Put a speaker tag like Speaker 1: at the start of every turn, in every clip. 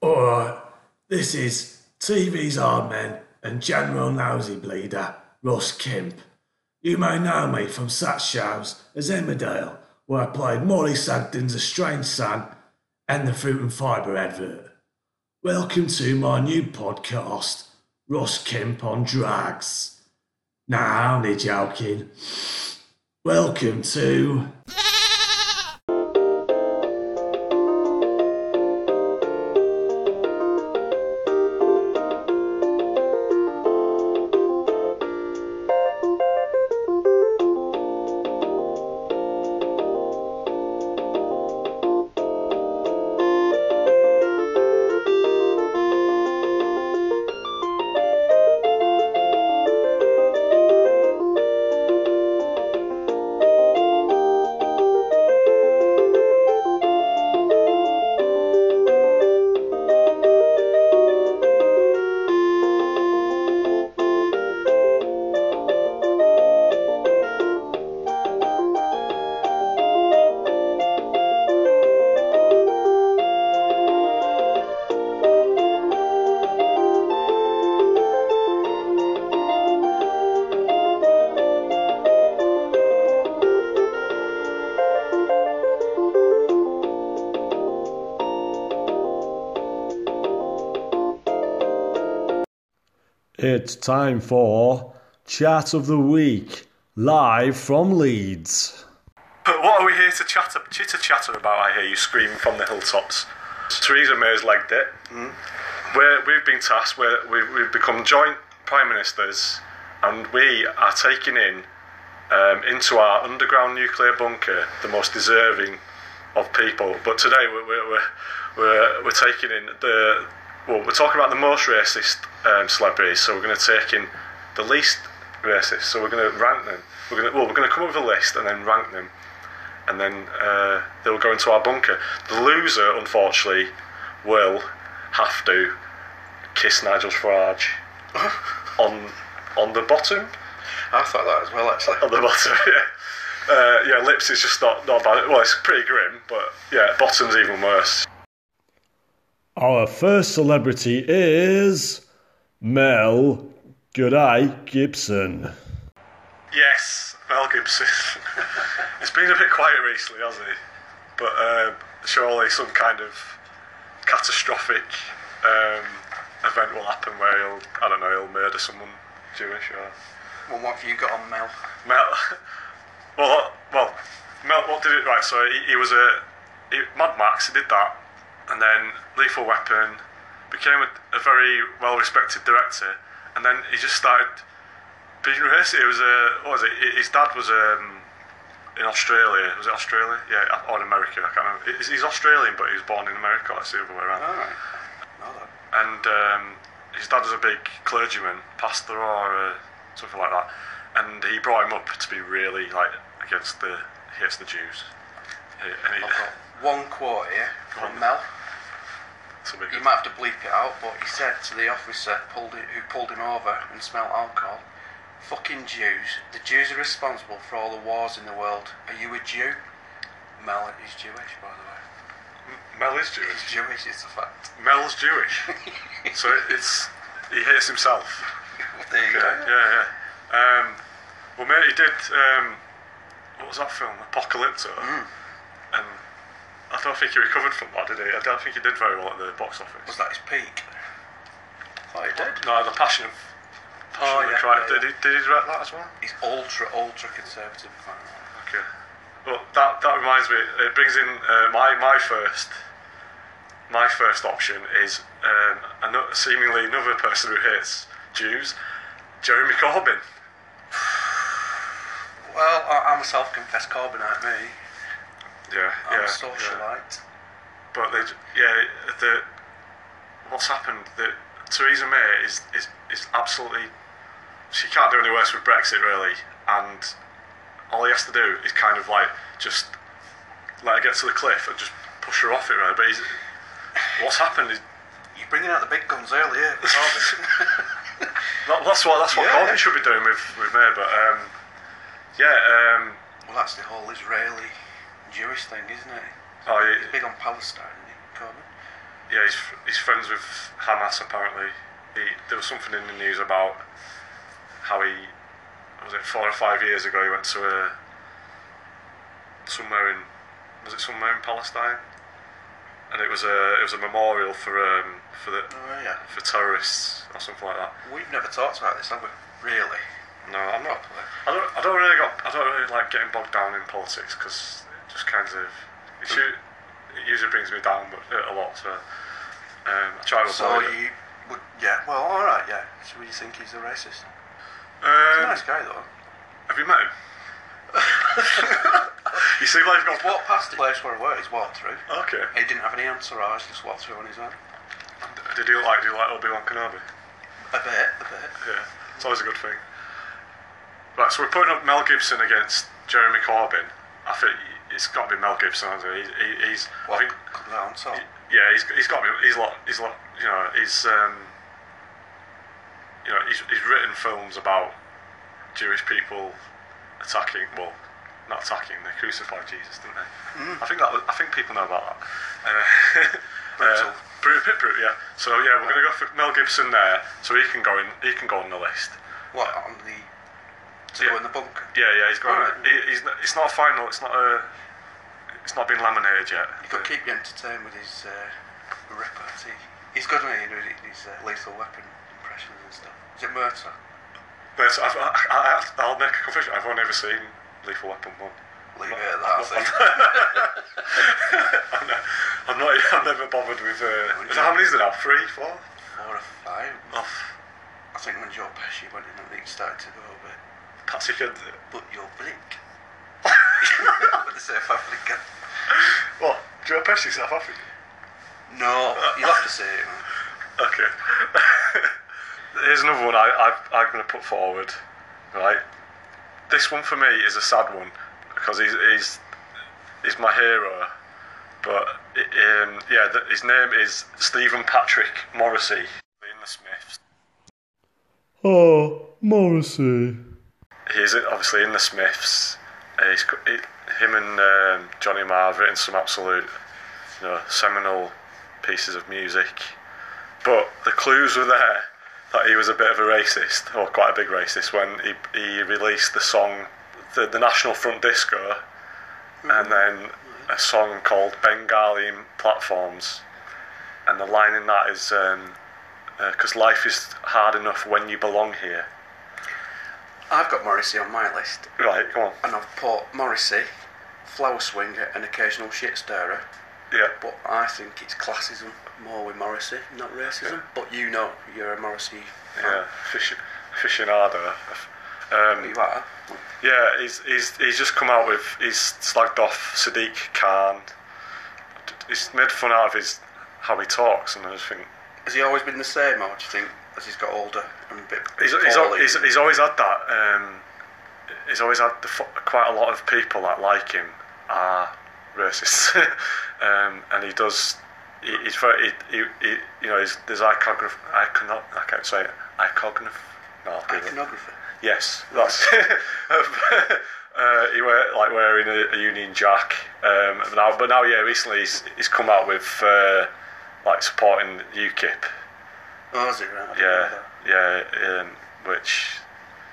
Speaker 1: All right, this is TV's Hard Men and General Lousy Bleeder, Russ Kemp. You may know me from such shows as Emmerdale, where I played Molly Sugden's Estranged Son and the Fruit and Fibre advert. Welcome to my new podcast, Ross Kemp on Drugs. Nah, only joking. Welcome to.
Speaker 2: It's time for Chat of the Week, live from Leeds.
Speaker 3: But what are we here to chatter, chitter chatter about? I hear you screaming from the hilltops. Theresa May's legged it. Mm. We're, we've been tasked, we're, we've, we've become joint prime ministers, and we are taking in um, into our underground nuclear bunker the most deserving of people. But today we're, we're, we're, we're, we're taking in the. Well, we're talking about the most racist um, celebrities, so we're going to take in the least racist. So we're going to rank them. We're going to, well, we're going to come up with a list and then rank them and then uh, they'll go into our bunker. The loser, unfortunately, will have to kiss Nigel Farage on on the bottom.
Speaker 4: I thought that as well, actually.
Speaker 3: On the bottom, yeah. Uh, yeah, lips is just not, not bad. Well, it's pretty grim, but yeah, bottom's even worse.
Speaker 2: Our first celebrity is Mel Goodeye Gibson.
Speaker 3: Yes, Mel Gibson. it's been a bit quiet recently, hasn't it? But um, surely some kind of catastrophic um, event will happen where he'll, I don't know, he'll murder someone Jewish or
Speaker 4: Well, what have you got on Mel?
Speaker 3: Mel. Well, well, Mel. What did it right? So he, he was a he, Mad Max. He did that, and then Lethal Weapon became a, a very well-respected director, and then he just started being racist. It was a what was it? Hi- His dad was um, in Australia. Was it Australia? Yeah, or in America? I can't remember. He's- He's Australian, but he was born in America. That's the other way around
Speaker 4: Alright. Well done.
Speaker 3: and um, his dad was a big clergyman, pastor or uh, something like that, and he brought him up to be really like against the against the Jews. He- And he,
Speaker 4: I've got one quote here
Speaker 3: on.
Speaker 4: from Mel.
Speaker 3: it's a big-
Speaker 4: You might have to bleep it out, but he said to the officer pulled it, who pulled him over and smelled alcohol, "Fucking Jews. The Jews are responsible for all the wars in the world. Are you a Jew?" Mel is Jewish, by the way.
Speaker 3: Mel is
Speaker 4: He's
Speaker 3: Jewish.
Speaker 4: Jewish. It's a fact.
Speaker 3: Mel's Jewish, so it's he hates himself.
Speaker 4: there you
Speaker 3: Yeah,
Speaker 4: go.
Speaker 3: yeah, yeah. Um, well, mate, he did. Um, what was that film? Apocalypto. And I don't think he recovered from that, did he? I don't think he did very well at the box office.
Speaker 4: Was that his peak? Oh, he did.
Speaker 3: No, the passion of.
Speaker 4: Oh,
Speaker 3: Passion of
Speaker 4: yeah,
Speaker 3: the Christ.
Speaker 4: yeah, yeah.
Speaker 3: Did, he, did he direct that as well?
Speaker 4: He's ultra, ultra conservative.
Speaker 3: Okay. Well, that that reminds me. It brings in uh, my my first. My first option is um, ano- seemingly another person who hates Jews, Jeremy Corbyn.
Speaker 4: Well, I, I'm a self-confessed Corbynite, me.
Speaker 3: Yeah,
Speaker 4: I'm
Speaker 3: yeah,
Speaker 4: a
Speaker 3: yeah.
Speaker 4: socialite.
Speaker 3: But they, j- yeah, the what's happened that Theresa May is is is absolutely she can't do any worse with Brexit really, and all he has to do is kind of like just let her get to the cliff and just push her off it really. But he's, what's happened is
Speaker 4: You're bringing out the big guns early eh? here, Corbyn.
Speaker 3: that, that's what that's what
Speaker 4: Yeah.
Speaker 3: Corbyn should be doing with with May. But um, yeah, um,
Speaker 4: well, that's the whole Israeli Jewish thing, isn't it?
Speaker 3: oh,
Speaker 4: He's
Speaker 3: yeah,
Speaker 4: big on Palestine, isn't he, Corbyn?
Speaker 3: yeah, he's, he's friends with Hamas apparently. He, there was something in the news about how he was it four or five years ago he went to a somewhere in was it somewhere in Palestine, and it was a it was a memorial for um for the
Speaker 4: Oh, yeah.
Speaker 3: for terrorists or something like that.
Speaker 4: We've never talked about this, have we? Really?
Speaker 3: No, I'm not.
Speaker 4: Properly.
Speaker 3: I don't. I don't really got. I don't really like getting bogged down in politics because it just kind of. It, u- it usually brings me down, but uh, a lot. So um, I try to avoid
Speaker 4: So
Speaker 3: it.
Speaker 4: you would, yeah. Well, all right, yeah. So you think he's a racist?
Speaker 3: Um,
Speaker 4: Nice guy though.
Speaker 3: Have you met him? you see, like you've got
Speaker 4: Walked past the place where I work. He's walked through.
Speaker 3: Okay.
Speaker 4: He didn't have any entourage. Just walked through on his own.
Speaker 3: Did you like? Do you like Obi Wan Kenobi?
Speaker 4: A bit, a bit.
Speaker 3: Yeah, it's always a good thing. Right, so we're putting up Mel Gibson against Jeremy Corbyn. I think it's got to be Mel Gibson. Hasn't it? He, he, he's. I
Speaker 4: Well,
Speaker 3: think.
Speaker 4: come down. So
Speaker 3: Yeah, he's, he's got to be. He's lot. He's lot. You know, he's. Um, you know, he's, he's written films about Jewish people attacking. Well, not attacking. They crucified Jesus, didn't they?
Speaker 4: Mm.
Speaker 3: I think that. was- I think people know about that. Uh,
Speaker 4: Brutal.
Speaker 3: Uh, bru- bit brutal, yeah. So yeah, we're gonna go for Mel Gibson there, so he can go in. He can go on the list.
Speaker 4: what on the to
Speaker 3: Yeah.
Speaker 4: go in the bunker?
Speaker 3: Yeah, yeah, he's going.
Speaker 4: Alright.
Speaker 3: He, he's. Not, it's not a final. It's not a. It's not been laminated yet.
Speaker 4: He could keep you entertained with his uh, repartee. He's good, isn't he? doing His uh, lethal weapon impressions and stuff. Is it Murta?
Speaker 3: But I've, I, I, I'll make a confession. I've only ever seen Lethal Weapon one.
Speaker 4: Leave it at that. I think.
Speaker 3: I'm not. uh, I'm, not, I'm never bothered with. Uh, is- how many is there now? Three, four?
Speaker 4: Four or five.
Speaker 3: Oh,
Speaker 4: I think when Joe Pesci went in, I think it started to go a bit.
Speaker 3: Patsy could.
Speaker 4: But you're bleak. I'm going to say South Africa.
Speaker 3: What? oh, Joe Pesci, South Africa.
Speaker 4: No, you'll have to say it. man.
Speaker 3: Okay. Here's another one I, I, I'm going to put forward. Right. This one for me is a sad one because he's he's, he's my hero, but i- um, yeah, th his name is Stephen Patrick Morrissey in the Smiths.
Speaker 2: Oh, Morrissey.
Speaker 3: He's in- obviously in the Smiths. Uh, He's, co- he, him and um, Johnny Marr have written some absolute, you know, seminal pieces of music. But the clues were there that he was a bit of a racist, or quite a big racist, when he, he released the song, the, the National Front Disco, and then a song called Bengali Platforms. And the line in that is, because life is hard enough when you belong here.
Speaker 4: I've got Morrissey on my list,
Speaker 3: Right, come on.
Speaker 4: and I've put Morrissey, Flower Swinger, and Occasional Shit Stirrer.
Speaker 3: Yeah.
Speaker 4: But I think it's classism more with Morrissey, not racism. But you know, you're a Morrissey fan.
Speaker 3: Yeah, fish, aficionado. Um,
Speaker 4: You are.
Speaker 3: yeah, he's, he's he's just come out with he's slagged off Sadiq Khan. He's made fun out of his how he talks, and I just think
Speaker 4: Has he always been the same, or do you think as he's got older and a bit
Speaker 3: he's he's, al-
Speaker 4: poorly?
Speaker 3: he's, he's always had that. Um, he's always had the, fo- quite a lot of people that like him are racist, um, and he does. He, he's very, he, he, he, you know, he's, there's iconograph, icono, I can't say it, iconograph. No, I'll do that.
Speaker 4: iconography?
Speaker 3: Yes, that's. Um, uh, he wear like wearing a, a Union Jack, um, but now, but now, yeah, recently he's, he's come out with uh, like supporting UKIP.
Speaker 4: Oh, is it? Right? I didn't know
Speaker 3: Yeah,
Speaker 4: that.
Speaker 3: yeah, um, which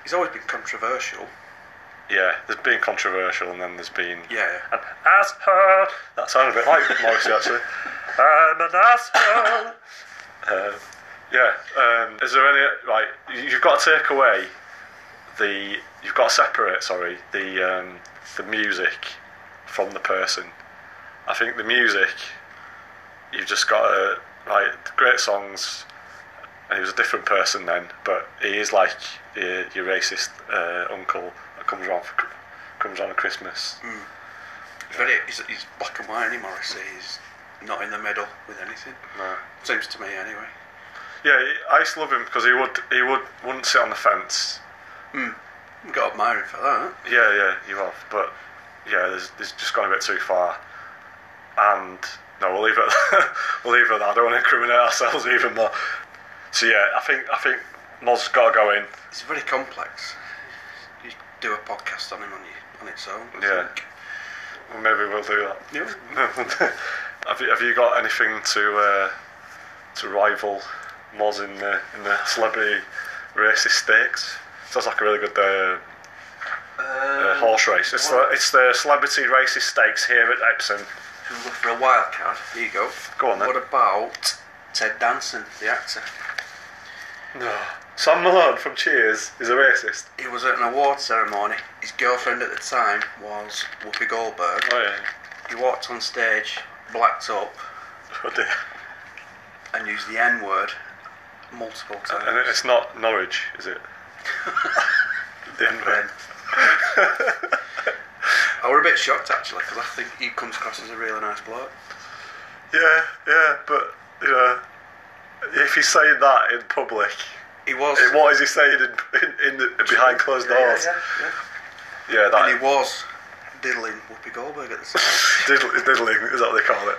Speaker 4: He's always been controversial.
Speaker 3: yeah, there's been controversial, and then there's been
Speaker 4: Yeah.
Speaker 3: an asshole. That sounded a bit like Morrissey actually. I'm an asshole. Uh, yeah. Um, is there any right? you- You've got to take away the. You've got to separate. Sorry, the um, the music from the person. I think the music. You've just got to like great songs. And he was a different person then, but he is like your, your racist uh, uncle that comes around for, comes around at Christmas.
Speaker 4: He's very, he's, he's black and white, and Morrissey. He's not in the middle with anything.
Speaker 3: No.
Speaker 4: Seems to me, anyway.
Speaker 3: Yeah, he- I used to love him because he would he would wouldn't sit on the fence.
Speaker 4: You've got to admire him for that.
Speaker 3: Yeah, yeah, you have, but yeah, there's, there's just gone a bit too far. And no, we'll leave it. we'll leave it. At that. I don't want to incriminate ourselves even more. So yeah, I think I think Moz got to go in.
Speaker 4: It's very complex. You do a podcast on him on, your, on its own. I
Speaker 3: Yeah.
Speaker 4: think.
Speaker 3: Maybe we'll do that.
Speaker 4: Yeah.
Speaker 3: have, you, have you got anything to uh, to rival Moz in the in the celebrity racist stakes. Sounds like a really good uh, uh, horse race. It's the, it's the celebrity racist stakes here at Epsom.
Speaker 4: Who look for a wild card? Here you go.
Speaker 3: Go on then.
Speaker 4: What about Ted Danson, the actor?
Speaker 3: No. Sam Malone from Cheers is a racist.
Speaker 4: He was at an award ceremony. His girlfriend at the time was Whoopi Goldberg.
Speaker 3: Oh yeah.
Speaker 4: He walked on stage, blacked up,
Speaker 3: Oh dear.
Speaker 4: and used the N word multiple times.
Speaker 3: And it's not Norwich, is it? Denver.
Speaker 4: Ben. I were a bit shocked actually because I think he comes across as a really nice bloke.
Speaker 3: Yeah, yeah, but you know, if he's saying that in public,
Speaker 4: He was.
Speaker 3: eh, what is he saying in, in, in the, behind closed
Speaker 4: Yeah, yeah,
Speaker 3: doors?
Speaker 4: yeah, yeah.
Speaker 3: Yeah, that
Speaker 4: And he was diddling Whoopi Goldberg at the time.
Speaker 3: diddling, diddling is that what they call it?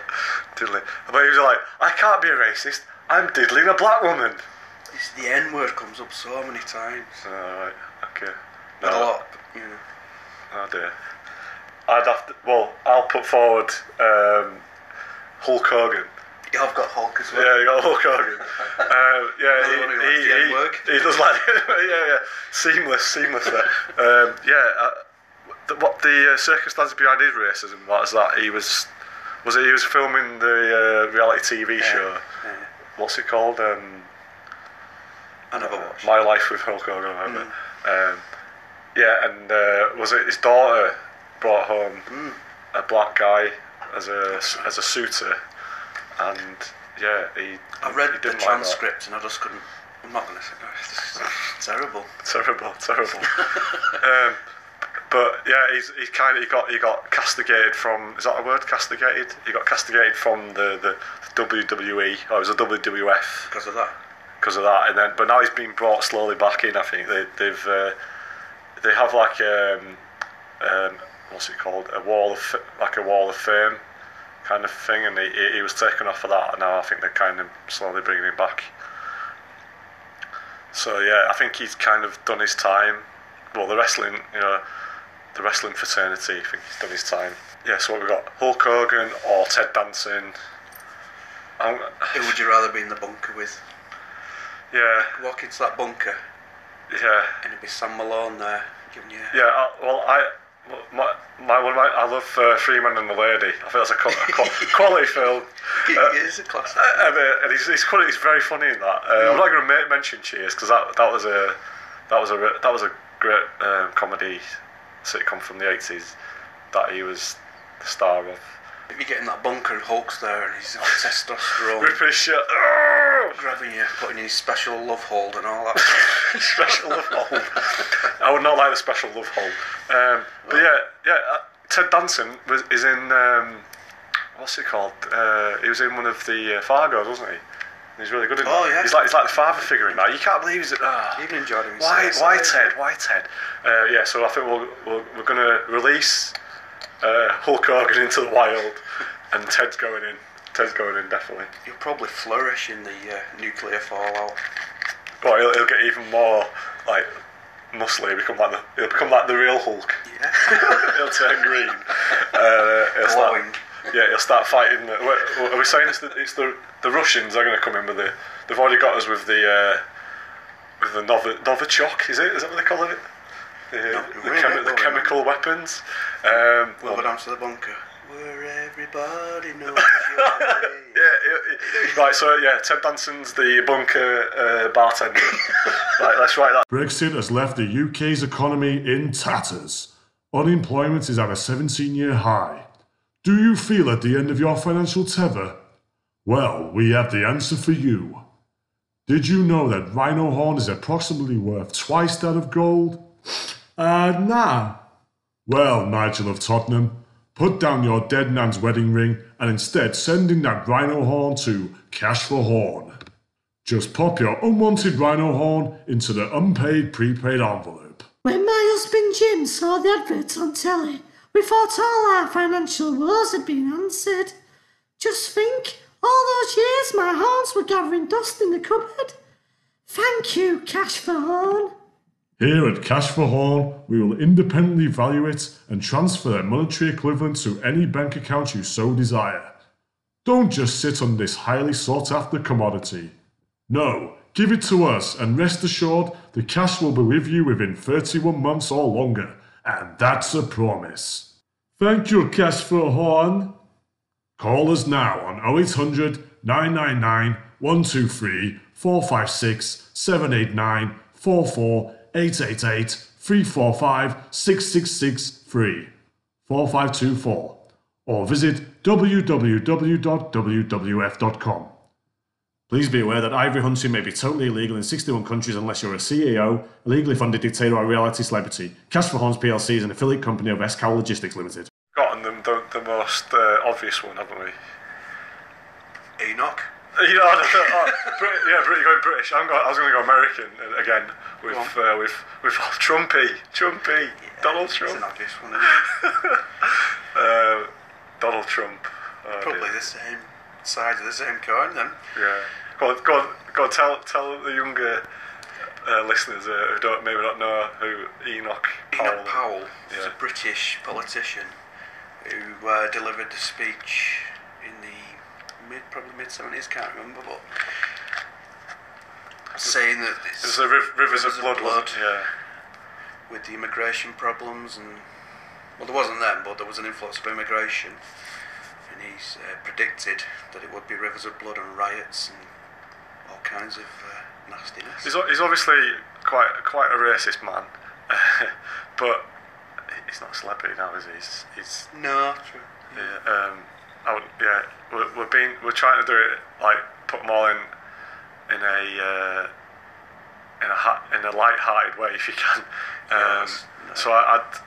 Speaker 3: Diddling. But he was like, I can't be a racist. I'm diddling a black woman.
Speaker 4: It's- the N word comes up so many times.
Speaker 3: All right. Okay.
Speaker 4: And a lot, you know.
Speaker 3: Oh dear. I'd have to. Well, I'll put forward um, Hulk Hogan.
Speaker 4: Yeah, I've got Hulk as well.
Speaker 3: Yeah, you got Hulk Hogan. um, yeah,
Speaker 4: Another one who likes
Speaker 3: he,
Speaker 4: the
Speaker 3: he,
Speaker 4: N-word.
Speaker 3: he, he does like yeah, yeah. Seamless, seamless there. um, yeah, uh, the, what the uh, circumstances behind his racism was that he was was it, he was filming the uh, reality TV show.
Speaker 4: yeah.
Speaker 3: What's it called? Um,
Speaker 4: I never watched.
Speaker 3: My Life with Hulk Hogan, or whatever.
Speaker 4: Mm.
Speaker 3: Um, yeah, and uh, was it his daughter brought home
Speaker 4: Mm.
Speaker 3: a black guy as a as a suitor, and yeah, he.
Speaker 4: I read
Speaker 3: he
Speaker 4: the
Speaker 3: didn't like that.
Speaker 4: transcript and I just couldn't. I'm not going to say. It's just terrible.
Speaker 3: terrible, terrible. um, but yeah, he's, he kind of he got he got castigated from is that a word castigated? He got castigated from the, the WWE or Oh, it was a WWF
Speaker 4: Because of that.
Speaker 3: because of that. And then but now he's been brought slowly back in. I think they they've uh, they have like um, um, what's it called a wall of f- like a wall of fame kind of thing, and he, he- he was taken off for that. And now I think they're kind of slowly bringing him back. So yeah, I think he's kind of done his time. Well, the wrestling, you know, the wrestling fraternity. I think he's done his time. Yeah. So what we got? Hulk Hogan or Ted Danson? I'm,
Speaker 4: Who would you rather be in the bunker with?
Speaker 3: yeah,
Speaker 4: Walk into that bunker
Speaker 3: yeah.
Speaker 4: and it'd be Sam Malone there giving you.
Speaker 3: Yeah, I, well, I my, my one of my I love uh, Three Men and a Lady. I think that's a, qu- a qu- quality film. Uh,
Speaker 4: It is a classic.
Speaker 3: And, uh, and he's, he's, quite, he's very funny in that. Uh, I'm not going to ma- mention Cheers because that, that was a that was a re- that was a great um, comedy sitcom from the 80s that he was the star of.
Speaker 4: If you get in that bunker and Hulk's there and he's on testosterone,
Speaker 3: Ripping his shirt, "Argh!"
Speaker 4: grabbing you, putting in his special love hold and all that.
Speaker 3: special love hole. I would not like the special love hole. Um, but yeah, yeah. Uh, Ted Danson was is in um, what's it called? Uh, he was in one of the uh, Fargos, wasn't he? And he's really good in
Speaker 4: Oh,
Speaker 3: that.
Speaker 4: yeah.
Speaker 3: He's like he's like the father figure in that. You can't believe he's ah.
Speaker 4: Even enjoyed him.
Speaker 3: why
Speaker 4: himself.
Speaker 3: why Ted? Why Ted? Uh, yeah. So I think we'll, we'll, we're gonna release uh, Hulk Hogan into the wild, and Ted's going in. Ted's going in definitely.
Speaker 4: You'll probably flourish in the uh, nuclear fallout.
Speaker 3: Well, he'll, he'll get even more like muscly. Become like the, he'll become like the real Hulk.
Speaker 4: Yeah.
Speaker 3: he'll turn green. Uh, he'll start,
Speaker 4: Glowing.
Speaker 3: yeah, he'll start fighting. The, wh- wh- are we saying it's the, it's the the Russians are going to come in with the? They've already got us with the uh, with the Nov- Novichok. Is it? Is that what they call it? The, the,
Speaker 4: really,
Speaker 3: chemi- the
Speaker 4: well,
Speaker 3: chemical weapons. Um, well,
Speaker 4: Over down to the bunker. Where everybody knows your name.
Speaker 3: yeah, it- it- right. So yeah, Ted Danson's the bunker uh, bartender. right, let's write that.
Speaker 5: Brexit has left the UK's economy in tatters. Unemployment is at a 17 year high. Do you feel at the end of your financial tether? Well, we have the answer for you. Did you know that rhino horn is approximately worth twice that of gold? Uh, nah. Well, Nigel of Tottenham, put down your dead nan's wedding ring and instead send in that rhino horn to Cash for Horn. Just pop your unwanted rhino horn into the unpaid prepaid envelope.
Speaker 6: When my husband Jim saw the adverts on telly, we thought all our financial woes had been answered. Just think, all those years my horns were gathering dust in the cupboard. Thank you, Cash for Horn.
Speaker 5: Here at Cash for Horn, we will independently value it and transfer their monetary equivalent to any bank account you so desire. Don't just sit on this highly sought after commodity. No, give it to us and rest assured the cash will be with you within 31 months or longer, and that's a promise. Thank you, Cash for Horn. Call us now on 0800 999 123 456 789 44 888 345 6663 4524 or visit www.wwf.com.
Speaker 7: Please be aware that ivory hunting may be totally illegal in 61 countries unless you're a CEO, a legally funded dictator, or a reality celebrity. Cash for Horns plc is an affiliate company of SCOW Logistics Limited.
Speaker 3: Gotten them the, the most uh, obvious one, haven't we?
Speaker 4: Enoch.
Speaker 3: You know, I don't know, oh, Brit- yeah, pretty going British. I'm going, I was going to go American uh, again with uh, with with Trumpy, Trumpy, Donald
Speaker 4: It's an
Speaker 3: Trump,
Speaker 4: obvious one, isn't it?
Speaker 3: uh, Donald Trump. Oh,
Speaker 4: Probably
Speaker 3: dear.
Speaker 4: the same side of the same coin then.
Speaker 3: Yeah. Go on, go on, go on, tell tell the younger uh, listeners uh, who don't maybe not know who Enoch Powell.
Speaker 4: Enoch Powell was
Speaker 3: Yeah.
Speaker 4: a British politician who uh, delivered a speech in the mid, probably mid seventies. Can't remember, but saying that
Speaker 3: It was
Speaker 4: it's
Speaker 3: the riv- Rivers, of
Speaker 4: Rivers of
Speaker 3: Blood,
Speaker 4: Blood.
Speaker 3: wasn't it? Yeah.
Speaker 4: with the immigration problems and well, there wasn't then, but there was an influx of immigration, and he's uh, predicted that it would be rivers of blood and riots and all kinds of uh, nastiness.
Speaker 3: He's, o- he's obviously quite quite a racist man, but he's not a celebrity now, is he? He's, he's
Speaker 4: No, true.
Speaker 3: yeah, um, I would, yeah, we're, we're being we're trying to do it like put them all in in a uh, in a ha- in a light-hearted way if you can. Um,
Speaker 4: Yes, no.
Speaker 3: So I, I'd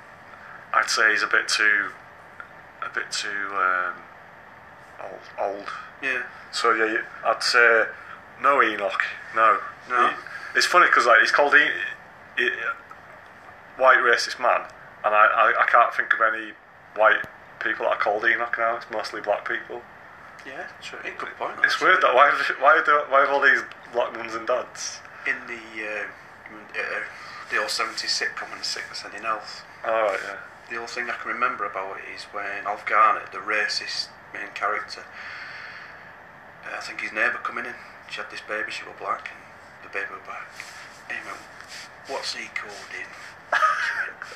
Speaker 3: I'd say he's a bit too a bit too um, old old.
Speaker 4: Yeah.
Speaker 3: So yeah, you- I'd say no Enoch. No.
Speaker 4: No.
Speaker 3: He- it's funny because like he's called e- e- white racist man, and I, I, I can't think of any white people that are called Enoch now. It's mostly black people.
Speaker 4: Yeah, true. Good point.
Speaker 3: It's
Speaker 4: actually.
Speaker 3: weird that why why do, why have all these black mums and dads?
Speaker 4: in the uh, uh, the old 70s sitcom and Sickness and in Health,
Speaker 3: All right, yeah.
Speaker 4: the only thing I can remember about it is when Alf Garnett, the racist main character, uh, I think his neighbour coming in. She had this baby, she was black, and the baby was black. And he went, What's he called in? She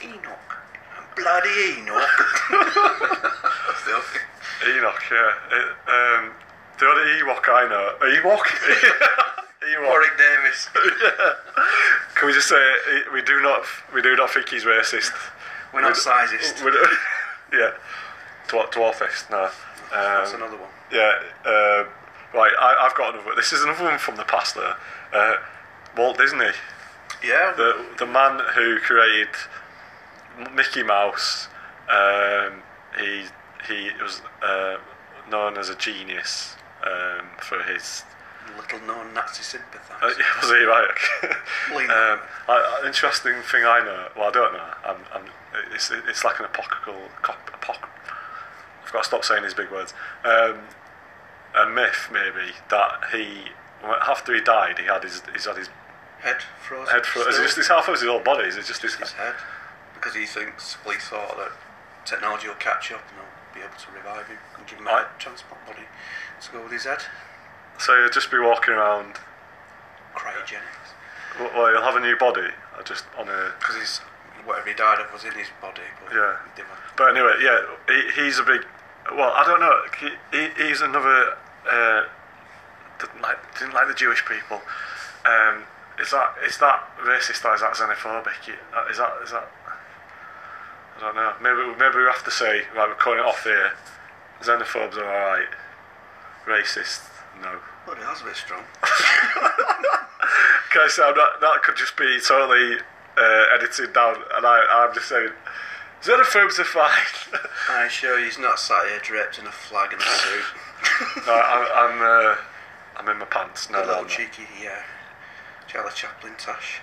Speaker 4: went, Enoch. And bloody Enoch. That's the only thing.
Speaker 3: Enoch, yeah. It, um, the only Ewok I know, Ewok, Ewok.
Speaker 4: Warwick Davis.
Speaker 3: Can we just say eh, we do not we do not think he's racist?
Speaker 4: We're not
Speaker 3: We d-
Speaker 4: sizist.
Speaker 3: we d- yeah, Dwar- dwarfist. No.
Speaker 4: That's
Speaker 3: Um,
Speaker 4: another one.
Speaker 3: yeah. Uh, right. I, I've got another. This is another one from the past. Though. Uh, Walt Disney,
Speaker 4: Yeah,
Speaker 3: the the man who created Mickey Mouse. Um, he he was uh, known as a genius um, for his
Speaker 4: little known Nazi sympathiser.
Speaker 3: uh, yeah, was he right?
Speaker 4: Lean.
Speaker 3: um, I, I- interesting thing I know. Well, I don't know. I'm, I'm, it's, it's like an apocalyptical. Cop, apoc- I've got to stop saying these big words. Um, a myth, maybe, that he well, after he died, he had his he's had his
Speaker 4: Head frozen.
Speaker 3: head frozen. It's
Speaker 4: still.
Speaker 3: just his half of his whole body. It's just his.
Speaker 4: his head because he thinks we thought that technology will catch up and they'll be able to revive him and give him a
Speaker 3: Right.
Speaker 4: transplant body to go with his head.
Speaker 3: So he'll just be walking around.
Speaker 4: Cryogenics.
Speaker 3: w- Well, he'll have a new body. uh, Just on a.
Speaker 4: Because his whatever he died of was in his body. But
Speaker 3: Yeah.
Speaker 4: They were,
Speaker 3: But anyway, yeah, he, he's a big. Well, I don't know. He, he, he's another. Uh, didn't like didn't like the Jewish people. Um, is that is that racist or is that xenophobic? uh, Is that is that? I don't know. Maybe maybe we have to say right. We're calling it off here. Xenophobes are all right. Racist, no.
Speaker 4: well, he was a bit strong.
Speaker 3: Can I say I'm not, that could just be totally uh, edited down, and I I'm just saying xenophobes are fine.
Speaker 4: I assure you, he's not sat here draped in a flag and a suit.
Speaker 3: No, I, I'm uh, I'm in my pants. No,
Speaker 4: a
Speaker 3: no,
Speaker 4: little
Speaker 3: no.
Speaker 4: cheeky, yeah. Charlie Chaplin tash.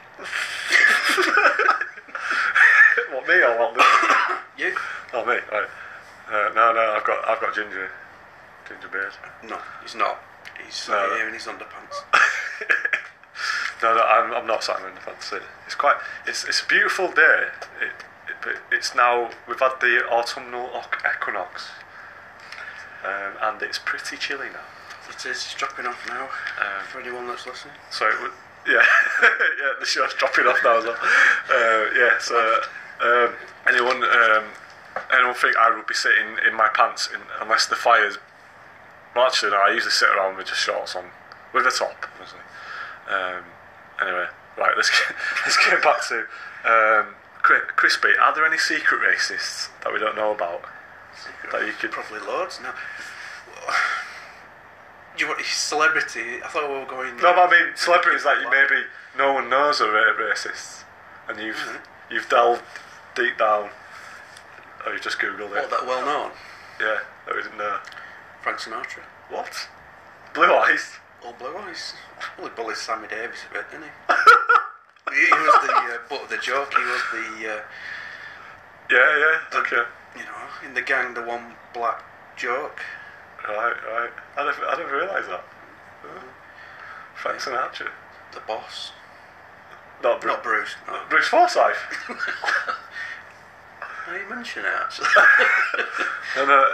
Speaker 3: What me or what? The,
Speaker 4: You?
Speaker 3: oh me. Right. Uh, no, no. I've got I've got ginger, ginger beard.
Speaker 4: No, he's not. He's sat
Speaker 3: No.
Speaker 4: here in his underpants.
Speaker 3: No, no. I'm, I'm not sat in the pants. It- It's quite. It's it's a beautiful day. It, it, but it's now we've had the autumnal oc- equinox. um, and it's pretty chilly now.
Speaker 4: It is, it's dropping off now
Speaker 3: Um,
Speaker 4: for anyone that's listening.
Speaker 3: So it would, yeah, yeah, the show's dropping off now as well. Uh, yeah, so um, anyone, um, anyone think I would be sitting in my pants in, unless the fire's. Well, actually, no, I usually sit around with just shorts on, with a top. Obviously. Um, anyway, right, let's get, let's get back to um, Cri- Crispy. Are there any secret racists that we don't know about? That you could
Speaker 4: Probably loads. No. You want celebrity? I thought we were going.
Speaker 3: No, but I mean celebrities that you maybe no one knows are ra- racists, and you've you've delved deep down. Oh, you just googled it.
Speaker 4: Not that well known.
Speaker 3: Yeah, that we didn't know.
Speaker 4: Frank Sinatra.
Speaker 3: What? Blue eyes.
Speaker 4: All blue eyes. Well, he bullied Sammy Davis a bit, didn't he? he, he was the uh, butt of the joke. He was the, uh,
Speaker 3: Yeah, yeah. Okay.
Speaker 4: you know, in the gang, the one black joke.
Speaker 3: Right, right. I never, I never realised that. Frank Sinatra.
Speaker 4: The boss.
Speaker 3: Not Bruce.
Speaker 4: Not Bruce. No.
Speaker 3: Bruce Forsyth.
Speaker 4: How you mention it, actually?
Speaker 3: no, no.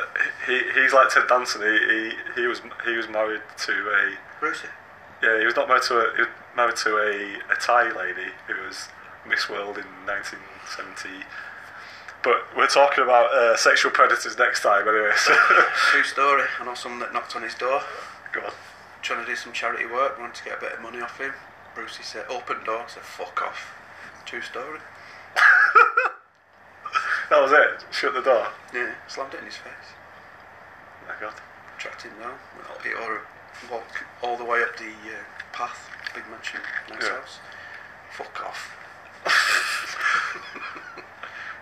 Speaker 3: He, he's like Ted Danson. He, he, he was he was married to a
Speaker 4: Brucey.
Speaker 3: Yeah, he was not married to a, he was married to a, a Thai lady who was Miss World in 1970. But we're talking about uh, sexual predators next time, anyway. So,
Speaker 4: True story. I know someone that knocked on his door,
Speaker 3: go on.
Speaker 4: trying to do some charity work, wanted to get a bit of money off him. Brucey said, open door. I said, fuck off. True story.
Speaker 3: That was it. Shut the door.
Speaker 4: Yeah, slammed it in his face.
Speaker 3: Oh my God.
Speaker 4: tracked him down. Well, He or walk all the way up the uh, path, big mansion, nice
Speaker 3: Yeah.
Speaker 4: house. Fuck off.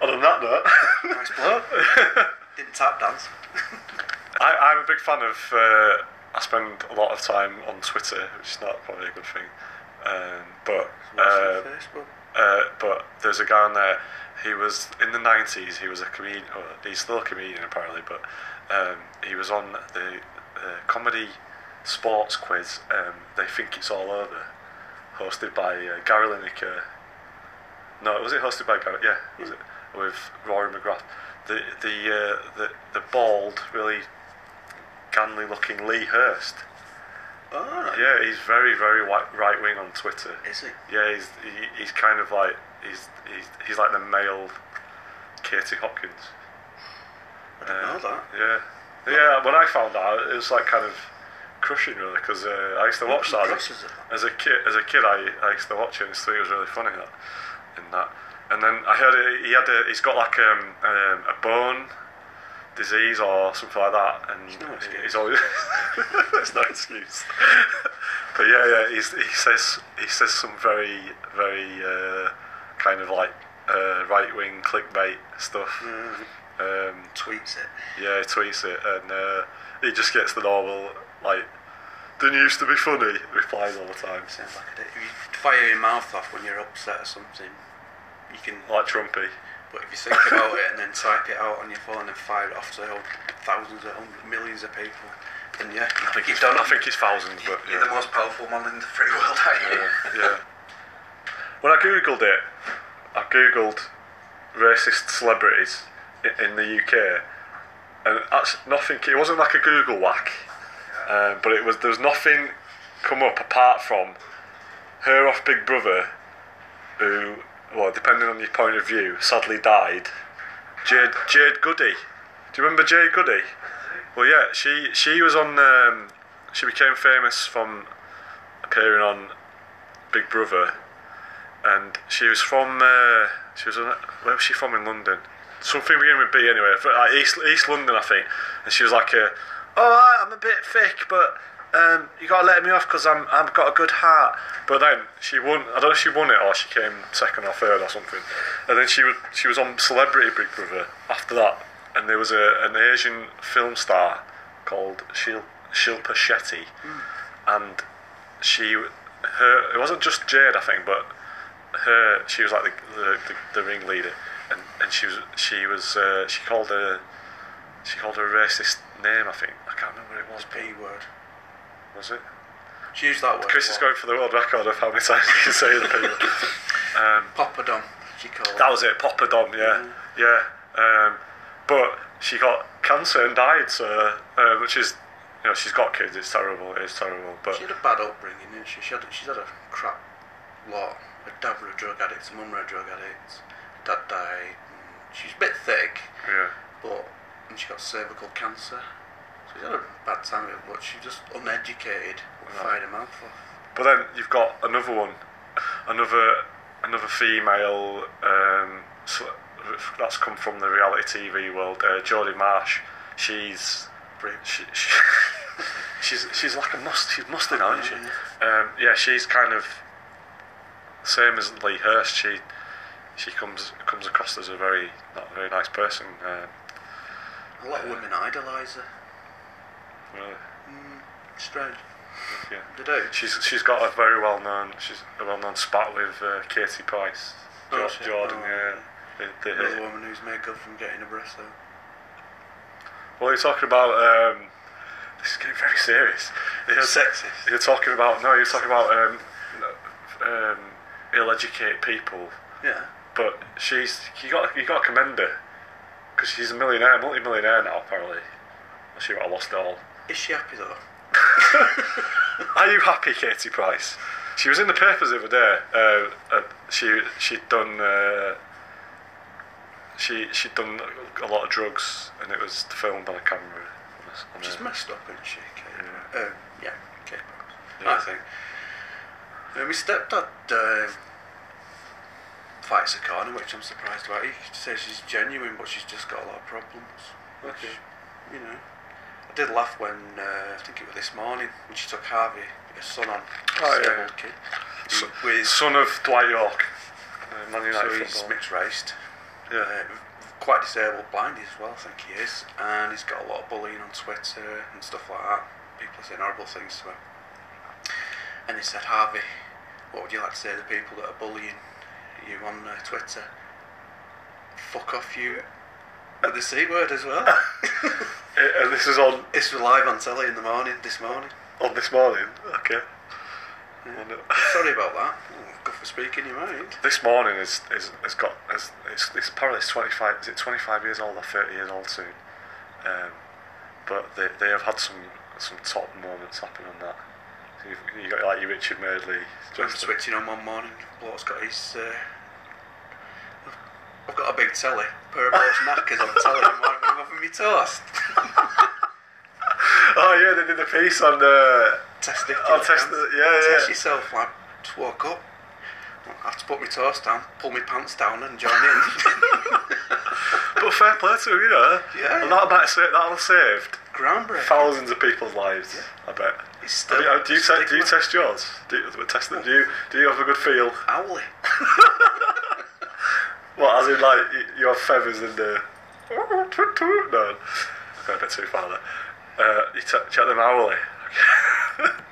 Speaker 3: Other than that, note,
Speaker 4: Nice bloke. Didn't tap dance.
Speaker 3: I, I'm a big fan of. Uh, I spend a lot of time on Twitter, which is not probably a good thing. Um, but uh,
Speaker 4: Facebook.
Speaker 3: Uh, but there's a guy on there. He was in the '90s. He was a comedian. Well, he's still a comedian apparently, but um, he was on the uh, comedy sports quiz. Um, they think it's all over, hosted by uh, Gary Lineker. No, was it hosted by Gary? Yeah, was it with Rory McGrath? The the uh, the the bald, really ganly looking Lee Hurst.
Speaker 4: Oh, right.
Speaker 3: Yeah, he's very very right wing on Twitter.
Speaker 4: Is he?
Speaker 3: Yeah, he's he, he's kind of like he's he's he's like the male Katie Hopkins.
Speaker 4: I didn't know that.
Speaker 3: Yeah, yeah. When I found out, it was like kind of crushing really because uh, I used to watch that as
Speaker 4: Crushes it.
Speaker 3: a, as a kid. As a kid, I, I used to watch it and just thought it was really funny that in that. And then I heard he- he had a, he's got like um, um, a bone disease or something like that, and
Speaker 4: no excuse.
Speaker 3: he's always there's no excuse. But yeah, yeah, he's, he says he says some very very uh, kind of like uh, right wing clickbait stuff.
Speaker 4: Mm-hmm.
Speaker 3: Um,
Speaker 4: Tweets it.
Speaker 3: yeah, he tweets it, and uh, he just gets the normal like didn't used to be funny replies all the time,
Speaker 4: Sounds like a dick. If you fire your mouth off when you're upset or something, you can.
Speaker 3: like Trumpy.
Speaker 4: But if you think about it and then type it out on your phone and fire it off to thousands of hundreds, millions of people, then yeah, I
Speaker 3: think
Speaker 4: you've
Speaker 3: it's-
Speaker 4: done
Speaker 3: I
Speaker 4: it.
Speaker 3: think it's thousands, but
Speaker 4: You're
Speaker 3: yeah.
Speaker 4: the most powerful man in the free world, aren't you?
Speaker 3: Yeah, yeah. When I googled it, I googled racist celebrities i- in the UK, and that's nothing. It wasn't like a Google whack, um, but it was there was nothing come up apart from her off Big Brother, who, well, depending on your point of view, sadly died. Jade Jade Goody. Do you remember Jade Goody? Well, yeah, she she was on. Um, she became famous from appearing on Big Brother, and she was from uh, she was on, where was she from in London? Something beginning with B anyway, fr- like East East London I think. And she was like, uh, "Oh, I'm a bit thick, but um, you gotta let me off because I'm I've got a good heart." But then she won. I don't know if she won it or she came second or third or something. And then she was she was on Celebrity Big Brother after that, and there was a, an Asian film star called Shil, Shilpa Shetty, and she her it wasn't just Jade I think but her she was like the the, the, the ringleader and, and she was she was uh, she called her she called her a racist name I think I can't remember what it was
Speaker 4: P word.
Speaker 3: was it
Speaker 4: She used that word.
Speaker 3: Chris is
Speaker 4: what?
Speaker 3: going for the world record of how many times you can say the people
Speaker 4: Poppadom, she called.
Speaker 3: that was it Poppadom yeah yeah um, but she got cancer and died. So, uh, which is, you know, she's got kids. It's terrible. It's terrible. But
Speaker 4: She had a bad upbringing, didn't she? She had, she's had a crap lot. Her dad were a drug addict, her mum were a drug addict, her dad died. and She's a bit thick,
Speaker 3: yeah,
Speaker 4: but and she got cervical cancer. So she's had a bad time of it, but she's just uneducated, fired her mouth off.
Speaker 3: but then you've got another one, another another female. Um, so that's come from the reality TV world. Uh, Jodie Marsh. She's
Speaker 4: Brilliant.
Speaker 3: she, she, she's she's like a must. She's musty now, isn't she? Um, yeah, she's kind of same as Lee Hurst. She she comes comes across as a very not a very nice person. Uh,
Speaker 4: A lot of women idolise her.
Speaker 3: really,
Speaker 4: Strange.
Speaker 3: yeah.
Speaker 4: They do.
Speaker 3: She's she's got a very well known she's a well known spat with uh, Katie Price,
Speaker 4: Oh,
Speaker 3: Jor-
Speaker 4: shit.
Speaker 3: Jordan.
Speaker 4: Oh,
Speaker 3: yeah. The- the-
Speaker 4: Another woman who's made good from getting a breast though.
Speaker 3: Well, you're talking about. Um, this is getting very serious. You're,
Speaker 4: Sexist.
Speaker 3: You're talking about no. You're talking about um, um, ill-educated people.
Speaker 4: Yeah.
Speaker 3: But she's you got you got to commend her because she's a millionaire, multi-millionaire now apparently. She might have lost it all.
Speaker 4: Is she happy though?
Speaker 3: Are you happy, Katie Price? She was in the papers the other day. Uh, uh, she she'd done uh, she she'd done a lot of drugs and it was filmed on a camera. Um, On a-
Speaker 4: She's messed up, isn't she? Kate? Yeah. Um, yeah, Kate Brooks,
Speaker 3: Yeah.
Speaker 4: I think. Um, my stepdad um, fights a corner, which I'm surprised about. He says she's genuine, but she's just got a lot of problems. Which,
Speaker 3: Okay.
Speaker 4: You know. I did laugh when, uh, I think it was this morning, when she took Harvey, her son on.
Speaker 3: Oh,
Speaker 4: disabled
Speaker 3: yeah.
Speaker 4: kid.
Speaker 3: So-
Speaker 4: with, so
Speaker 3: son of Dwight York, uh, Man United
Speaker 4: he's
Speaker 3: footballer.
Speaker 4: mixed raced.
Speaker 3: Yeah.
Speaker 4: Uh, quite disabled, blind as well, I think he is, and he's got a lot of bullying on Twitter and stuff like that. People are saying horrible things to him. And he said, Harvey, what would you like to say to the people that are bullying you on uh, Twitter? Fuck off you. With the C word as well.
Speaker 3: Uh, and this is on
Speaker 4: this was live on telly in the morning, this morning.
Speaker 3: on this morning. Okay. uh, On it-
Speaker 4: Sorry about that. Oh, good for speaking your mind.
Speaker 3: This morning is is has got has, it's, it's apparently it's twenty five is it twenty five years old or thirty years old soon, um, but they, they have had some some top moments happen on that. So you've, you got like your Richard Madeley,
Speaker 4: I'm
Speaker 3: just
Speaker 4: switching on one morning. Bloke's got his. Uh, I've got a big telly. Pair of bloke's knackers on telly. and one of them having me toast.
Speaker 3: oh yeah they did the piece on uh, the
Speaker 4: Test it.
Speaker 3: I'll test
Speaker 4: you know,
Speaker 3: it, yeah, yeah.
Speaker 4: Test yourself. Like, just walk up. I have to put my toast down, pull my pants down, and join in.
Speaker 3: but fair play to 'em, you know
Speaker 4: Yeah.
Speaker 3: and that might save that'll have saved
Speaker 4: Groundbreaking.
Speaker 3: thousands of people's lives I bet.
Speaker 4: It's
Speaker 3: Have
Speaker 4: still.
Speaker 3: you, uh, do you te- do you
Speaker 4: stigma.
Speaker 3: test yours? Do you, test them? Do you do you have a good feel?
Speaker 4: Owly.
Speaker 3: Well, as in like you, you have feathers in the no, I've gone a bit too far there. Uh, you t- check them hourly.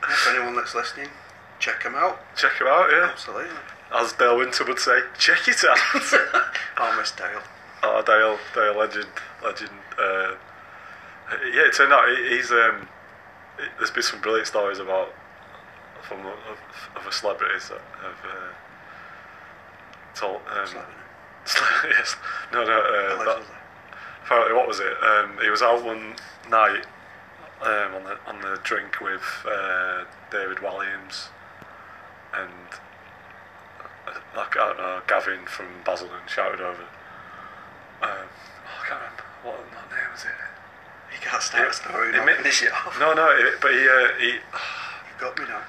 Speaker 4: If anyone that's listening, check them out.
Speaker 3: Check them out, yeah.
Speaker 4: Absolutely.
Speaker 3: As Dale Winter would say, check it out.
Speaker 4: Oh, Miss Dale.
Speaker 3: oh, Dale, Dale, legend, legend. Uh, yeah, it turned out he, he's um, it- there's been some brilliant stories about from of, of a celebrities that have uh, told. Um,
Speaker 4: Slapping her.
Speaker 3: yes, no, no. Uh, that,
Speaker 4: Allegedly.
Speaker 3: apparently, what was it? Um, he was out one night um, on the on the drink with uh, David Williams and uh, like I don't know Gavin from Basel and shouted over. Um, oh, I can't remember what, what name was it.
Speaker 4: You can't start a story.
Speaker 3: It
Speaker 4: Not
Speaker 3: mi-
Speaker 4: finish it off.
Speaker 3: No, no, it, but he uh, he.
Speaker 4: You've got me now.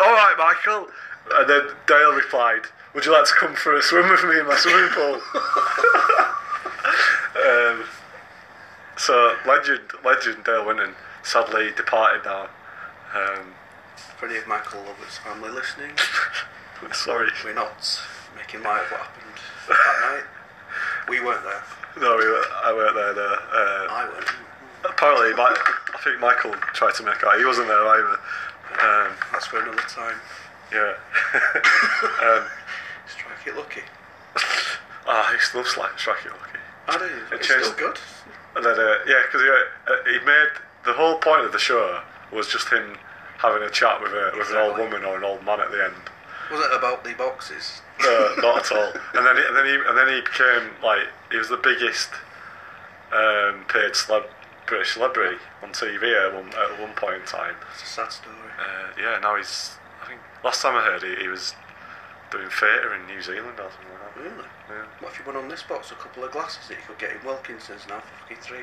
Speaker 3: All right, Michael. And then Dale replied, "Would you like to come for a swim with me in my swimming pool?" um, so legend, legend Dale Winton sadly departed now. Um,
Speaker 4: For any of Michael Lovett's family listening,
Speaker 3: sorry,
Speaker 4: We're not making light of what happened that night. We weren't there.
Speaker 3: no, we were, I weren't there. No. Uh,
Speaker 4: I weren't.
Speaker 3: apparently, my, I think Michael tried to make out. He wasn't there either. Um,
Speaker 4: That's for another time.
Speaker 3: yeah.
Speaker 4: Strike it lucky.
Speaker 3: Ah, he still looks like Shrek. Lucky.
Speaker 4: I do. It's
Speaker 3: changed-
Speaker 4: still good.
Speaker 3: And then, uh, yeah, because he, uh, he made the whole point of the show was just him having a chat with, a, with an old
Speaker 4: Exactly.
Speaker 3: woman or an old man at the end.
Speaker 4: Was it about the boxes?
Speaker 3: No, not at all. And then, he, and then he, and then he became like he was the biggest um, paid celeb- British celebrity on TV at one, at one point in time.
Speaker 4: It's a sad story.
Speaker 3: Uh, yeah, now he's. I think last time I heard he, he was doing theatre in New Zealand or something like that.
Speaker 4: Really?
Speaker 3: Yeah.
Speaker 4: What if you won on this box a couple of glasses that you could get in Wilkinson's now for fucking three?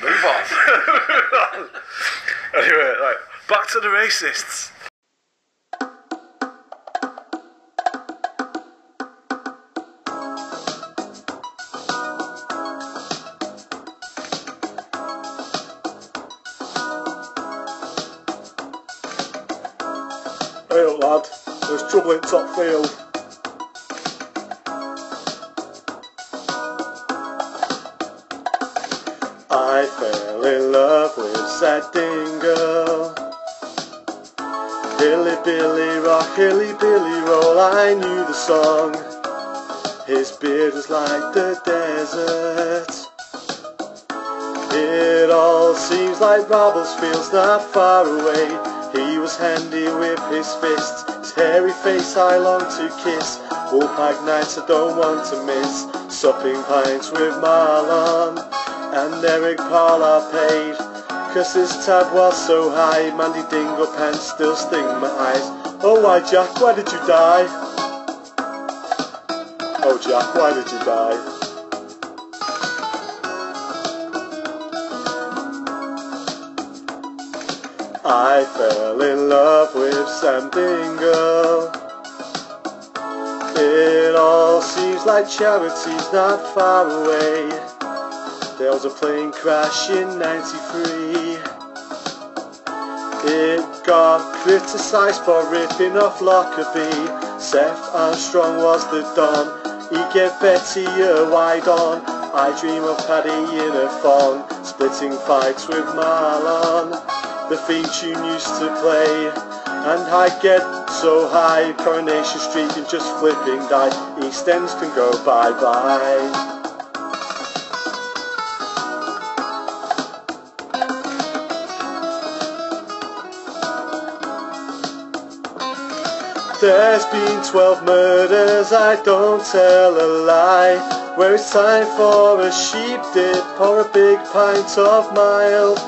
Speaker 4: Move on.
Speaker 3: Anyway, right, back to the racists.
Speaker 8: Hey up, lad. There's trouble in top field. I fell in love with satin girl. Hilly Billy rock, hilly Billy roll. I knew the song. His beard was like the desert. It all seems like Robblesfield's not far away. He was handy with his fists. His hairy face I long to kiss. Woolpack nights I don't want to miss. Supping pints with Marlon and Eric Parla paid. Cause his tab was so high. Mandy Dingle pants still sting my eyes. Oh, why, Jack, why did you die? Oh, Jack, why did you die? I fell in love with something girl. It all seems like charity's not far away. There was a plane crash in 93. It got criticised for ripping off Lockerbie. Seth Armstrong was the don. He gave Betty a wide on. I dream of Paddy in a thong, splitting fights with Marlon. The theme tune used to play, and I get so high. Coronation Street and just flipping die. East Ends can go bye bye. There's been 12 murders, I don't tell a lie. Where it's time for a sheep dip or a big pint of mild.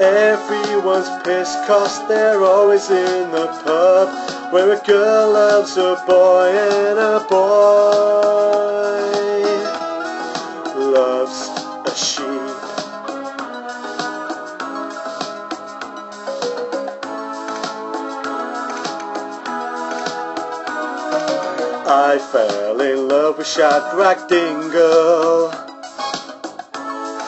Speaker 8: Everyone's pissed cause they're always in the pub. Where a girl loves a boy and a boy loves a sheep. I fell in love with Shadrach Dingle.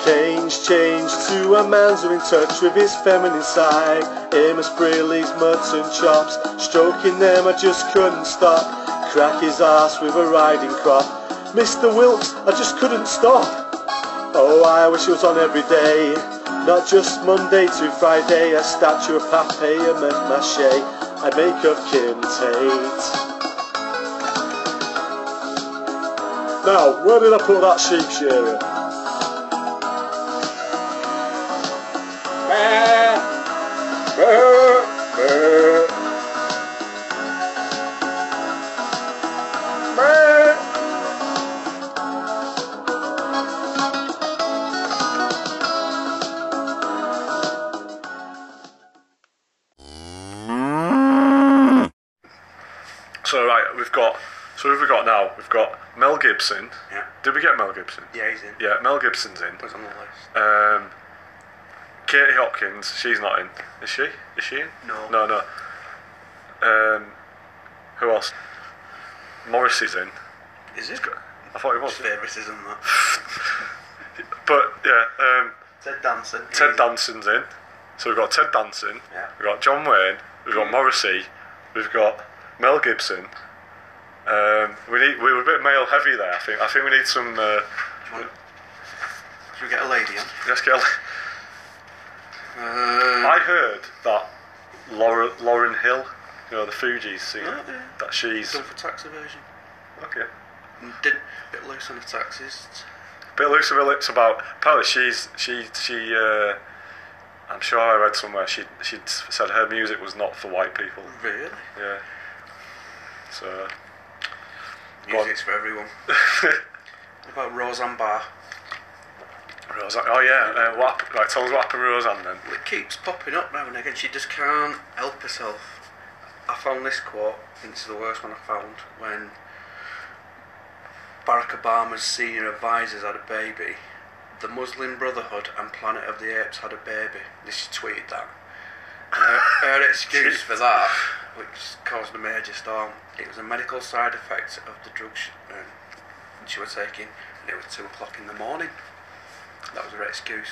Speaker 8: Change, changed to a man who's in touch with his feminine side. Amos Briley's mutton chops, stroking them I just couldn't stop. Crack his ass with a riding crop. Mr. Wilkes, I just couldn't stop. Oh, I wish it was on every day. Not just Monday to Friday, a statue of Pape, a mache. I make up Kim Tate. Now, where did I put that sheep shearer?
Speaker 3: So right, we've got. So who have we got now? We've got Mel Gibson.
Speaker 4: Yeah.
Speaker 3: Did we get Mel Gibson?
Speaker 4: Yeah, he's in.
Speaker 3: Yeah, Mel Gibson's in.
Speaker 4: He's on the list.
Speaker 3: Um, Katie Hopkins, she's not in, is she? Is she in?
Speaker 4: No.
Speaker 3: No, no. Um, who else? Morris is in.
Speaker 4: Is it?
Speaker 3: I thought he was.
Speaker 4: Favouritism, that.
Speaker 3: But yeah, um,
Speaker 4: Ted Danson.
Speaker 3: Ted Danson's in. So we've got Ted Danson.
Speaker 4: Yeah. Mm.
Speaker 3: We've got John Wayne. We've got Morrissey. We've got Mel Gibson. Um, we need. We were a bit male heavy there. I think. I think we need some. Uh,
Speaker 4: Do you want- Should we get a lady in?
Speaker 3: let's get. a-
Speaker 4: Uh,
Speaker 3: I heard that Laura, Lauren Hill, you know, the Fugees singer,
Speaker 4: Oh, yeah.
Speaker 3: that she's.
Speaker 4: done for tax evasion.
Speaker 3: Okay.
Speaker 4: Did a bit loose on the taxes.
Speaker 3: Bit loose of her lips about. Apparently, she's. She. she uh, I'm sure I read somewhere she she said her music was not for white people.
Speaker 4: Really?
Speaker 3: Yeah. So
Speaker 4: Music's for everyone. about Roseanne Barr?
Speaker 3: Roseanne. Oh yeah, uh, what happened, right, tell us what happened with Roseanne then.
Speaker 4: Well, it keeps popping up now and again. She just can't help herself. I found this quote, and it's the worst one I found, when Barack Obama's senior advisors had a baby. The Muslim Brotherhood and Planet of the Apes had a baby. This she tweeted that. And her, her excuse for that, which caused a major storm, it was a medical side effect of the drug she, um, she was taking, and it was two o'clock in the morning. That was her excuse.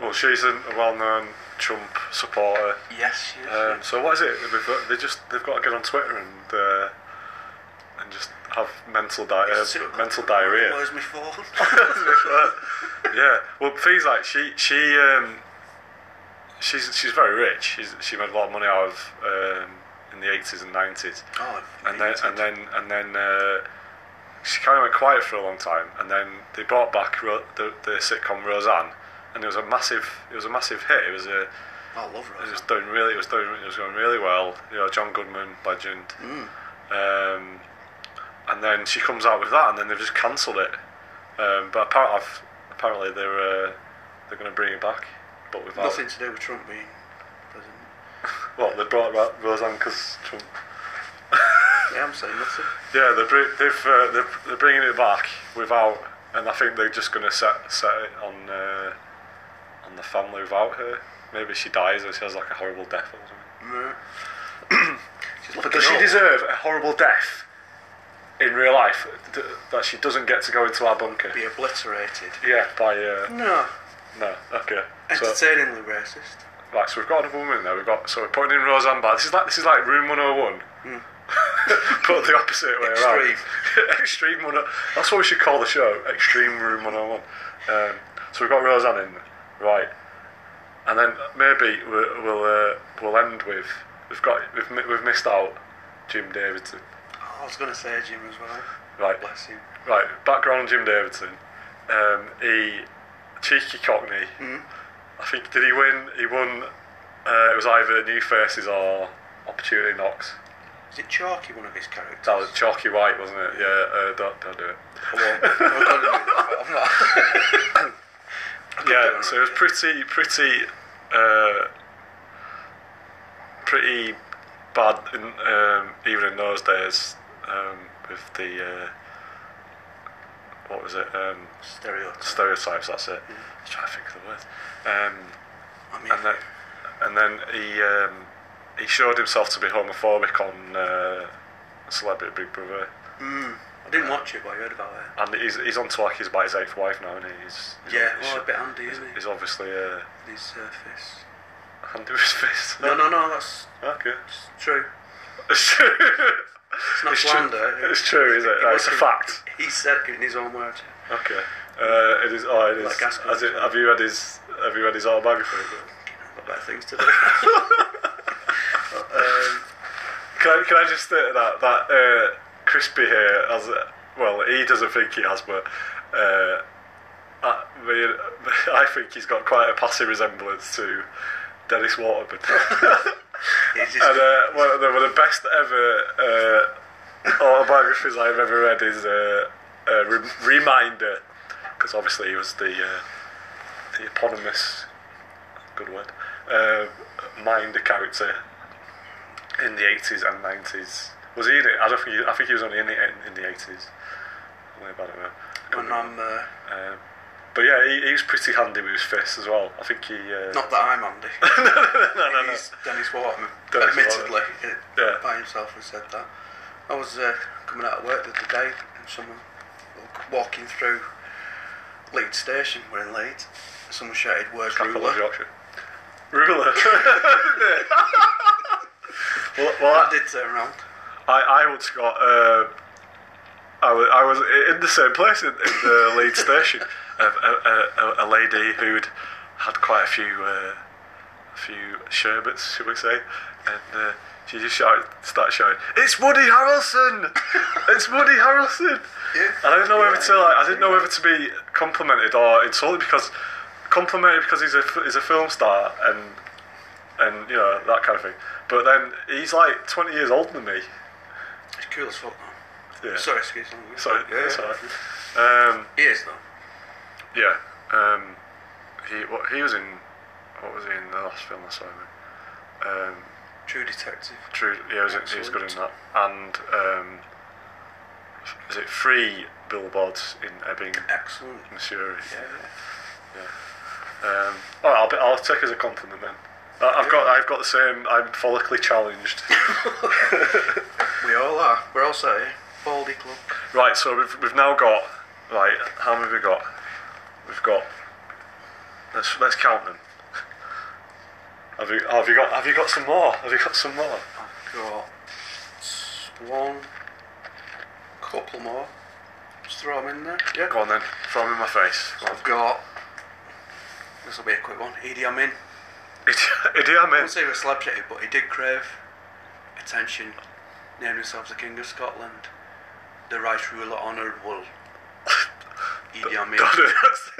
Speaker 3: Well, she's a a well-known Trump supporter.
Speaker 4: Yes, she is.
Speaker 3: Um, so what is it? They've got, they just they've got to get on Twitter and uh, and just have mental di- uh,
Speaker 4: Two o'clock
Speaker 3: mental
Speaker 4: in the morning,
Speaker 3: diarrhea.
Speaker 4: Where's my Oh, phone?
Speaker 3: yeah. Well, things like she she um, she's she's very rich. She's she made a lot of money out of um, in the eighties and nineties.
Speaker 4: Oh,
Speaker 3: and then and then and then uh, she kind of went quiet for a long time, and then they brought back Ro- the, the sitcom Roseanne, and it was a massive it was a massive hit. It was a
Speaker 4: I love
Speaker 3: it was
Speaker 4: Roseanne.
Speaker 3: doing really it was doing it was going really well. You know, John Goodman legend, um, and then she comes out with that, and then they've just cancelled it. Um, but apparently, I've, apparently they're uh, they're going to bring it back, but without
Speaker 4: Nothing to do with Trump being president.
Speaker 3: Well, they brought Ra- Roseanne because Trump.
Speaker 4: Yeah, I'm saying nothing.
Speaker 3: Yeah, they're, br- they've, uh, they're, they're bringing it back without, and I think they're just going to set set it on uh, on the family without her. Maybe she dies or she has like a horrible death or something.
Speaker 4: No. She's
Speaker 3: But
Speaker 4: looking
Speaker 3: does she
Speaker 4: up.
Speaker 3: deserve a horrible death in real life D- that she doesn't get to go into our bunker?
Speaker 4: Be obliterated.
Speaker 3: Yeah, by uh,
Speaker 4: No.
Speaker 3: no, okay. So,
Speaker 4: Entertainingly racist.
Speaker 3: right, so we've got another woman there. We've got so we're putting in Roseanne Barr. This is like this is like room one hundred and one. Put the opposite way around.
Speaker 4: Mm. Extreme.
Speaker 3: Extreme one. oh, That's what we should call the show. Extreme Room 101. Um, so we've got Roseanne in, right? And then maybe we'll we'll, uh, we'll end with we've got we've, mi- we've missed out Jim Davidson,
Speaker 4: Oh, I was going to say Jim as well.
Speaker 3: right?
Speaker 4: Bless him.
Speaker 3: Right, background on Jim Davidson. Um, he cheeky Cockney. I think did he win? He won. Uh, it was either New Faces or Opportunity Knocks.
Speaker 4: Is it Chalky, one of his characters?
Speaker 3: That was Chalky White, wasn't it? Yeah, uh, don't, don't do it.
Speaker 4: I won't- I won't go into it, but I'm not. I could do
Speaker 3: Yeah,
Speaker 4: it.
Speaker 3: so it was pretty, pretty, uh, pretty bad, in, um, even in those days, um, with the uh, what was it? Um,
Speaker 4: Stereotype.
Speaker 3: stereotypes. That's it. I was trying to think of the word. Um,
Speaker 4: I mean,
Speaker 3: and then, and then he um, he showed himself to be homophobic on uh, Celebrity Big Brother,
Speaker 4: I didn't watch it, but I heard about it.
Speaker 3: and he's he's on talkies about his eighth wife now, and he's, he's
Speaker 4: Yeah,
Speaker 3: he's,
Speaker 4: well, a bit handy,
Speaker 3: he's,
Speaker 4: isn't he?
Speaker 3: he's obviously uh,
Speaker 4: His surface.
Speaker 3: hand with his fist.
Speaker 4: No, no, no, that's
Speaker 3: Okay.
Speaker 4: true.
Speaker 3: It's true.
Speaker 4: It's not
Speaker 3: It's true.
Speaker 4: slander.
Speaker 3: It's true, is it? No, it's a fact.
Speaker 4: He said it in his own words.
Speaker 3: Okay. Uh, it is. Oh, it is.
Speaker 4: Like Aspen.
Speaker 3: has it, have you read his? Have you read his autobiography?
Speaker 4: Got better things to do.
Speaker 3: Can I, can I just say that that uh, crispy here has uh, well he doesn't think he has but uh, I, mean, I think he's got quite a passing resemblance to Dennis Waterman
Speaker 4: He's just
Speaker 3: and uh, one, of the, one of the best ever uh, autobiographies I've ever read is uh, uh, Re- Reminder because obviously he was the uh, the eponymous good word uh, Minder character in the eighties and nineties. Was he in it? I don't think. He, I think he was only in it in, in the eighties. I don't know.
Speaker 4: when I'm uh,
Speaker 3: Um, but yeah, he, he was pretty handy with his fists as well. I think he. Uh,
Speaker 4: not that I'm Andy.
Speaker 3: no, no, no.
Speaker 4: He's Dennis Waterman.
Speaker 3: Dennis
Speaker 4: admittedly, uh,
Speaker 3: Yeah.
Speaker 4: by himself, and said that. I was uh, coming out of work the other day, and someone walking through Leeds Station. We're in Leeds. Someone shouted, "Where's
Speaker 3: Capital of
Speaker 4: ruler?"
Speaker 3: Yorkshire. Ruler. well, well,
Speaker 4: I
Speaker 3: I,
Speaker 4: did turn around.
Speaker 3: I, I once got. Uh, I was, I was i- in the same place in, in the lead station. A, a, a, a lady who'd had quite a few, uh, a few sherbets, should we say, and uh, she just shouted, started shouting, "It's Woody Harrelson! It's Woody Harrelson!"
Speaker 4: Yeah.
Speaker 3: And I didn't know whether to, like, I didn't know
Speaker 4: Yeah.
Speaker 3: whether to be complimented or insulted because complimented because he's a f- he's a film star and and you know that kind of thing. But then he's like 20 years older than me.
Speaker 4: It's cool as fuck. Man.
Speaker 3: Yeah.
Speaker 4: Sorry, excuse me.
Speaker 3: Sorry,
Speaker 4: Yeah,
Speaker 3: it's
Speaker 4: yeah.
Speaker 3: alright. Um,
Speaker 4: He is, though.
Speaker 3: yeah. Um, he what he was in what was he in the last film I saw him in? Um,
Speaker 4: True detective.
Speaker 3: True. Yeah, was, he was good in that. And um, is it three billboards in Ebbing,
Speaker 4: Excellent.
Speaker 3: Missouri?
Speaker 4: Yeah.
Speaker 3: Um, oh, I'll, be, I'll take it as a compliment then. I- I've got I've got the same. I'm follically challenged.
Speaker 4: We all are. We're all set here. Baldy Club.
Speaker 3: Right, so we've, we've now got right. How many have we got? We've got. Let's let's count them. Have you have you got have you got some more? Have you got some more?
Speaker 4: I've got one, couple more. Just throw them in there. Yeah.
Speaker 3: Go on then, throw 'em in my face. Go on.
Speaker 4: I've got. This will be a quick one. Idi Amin.
Speaker 3: Idi Idi
Speaker 4: I
Speaker 3: Amin.
Speaker 4: wouldn't say he was a celebrity, but he did crave attention. Named himself the King of Scotland, the right ruler honourable. Idi Amin.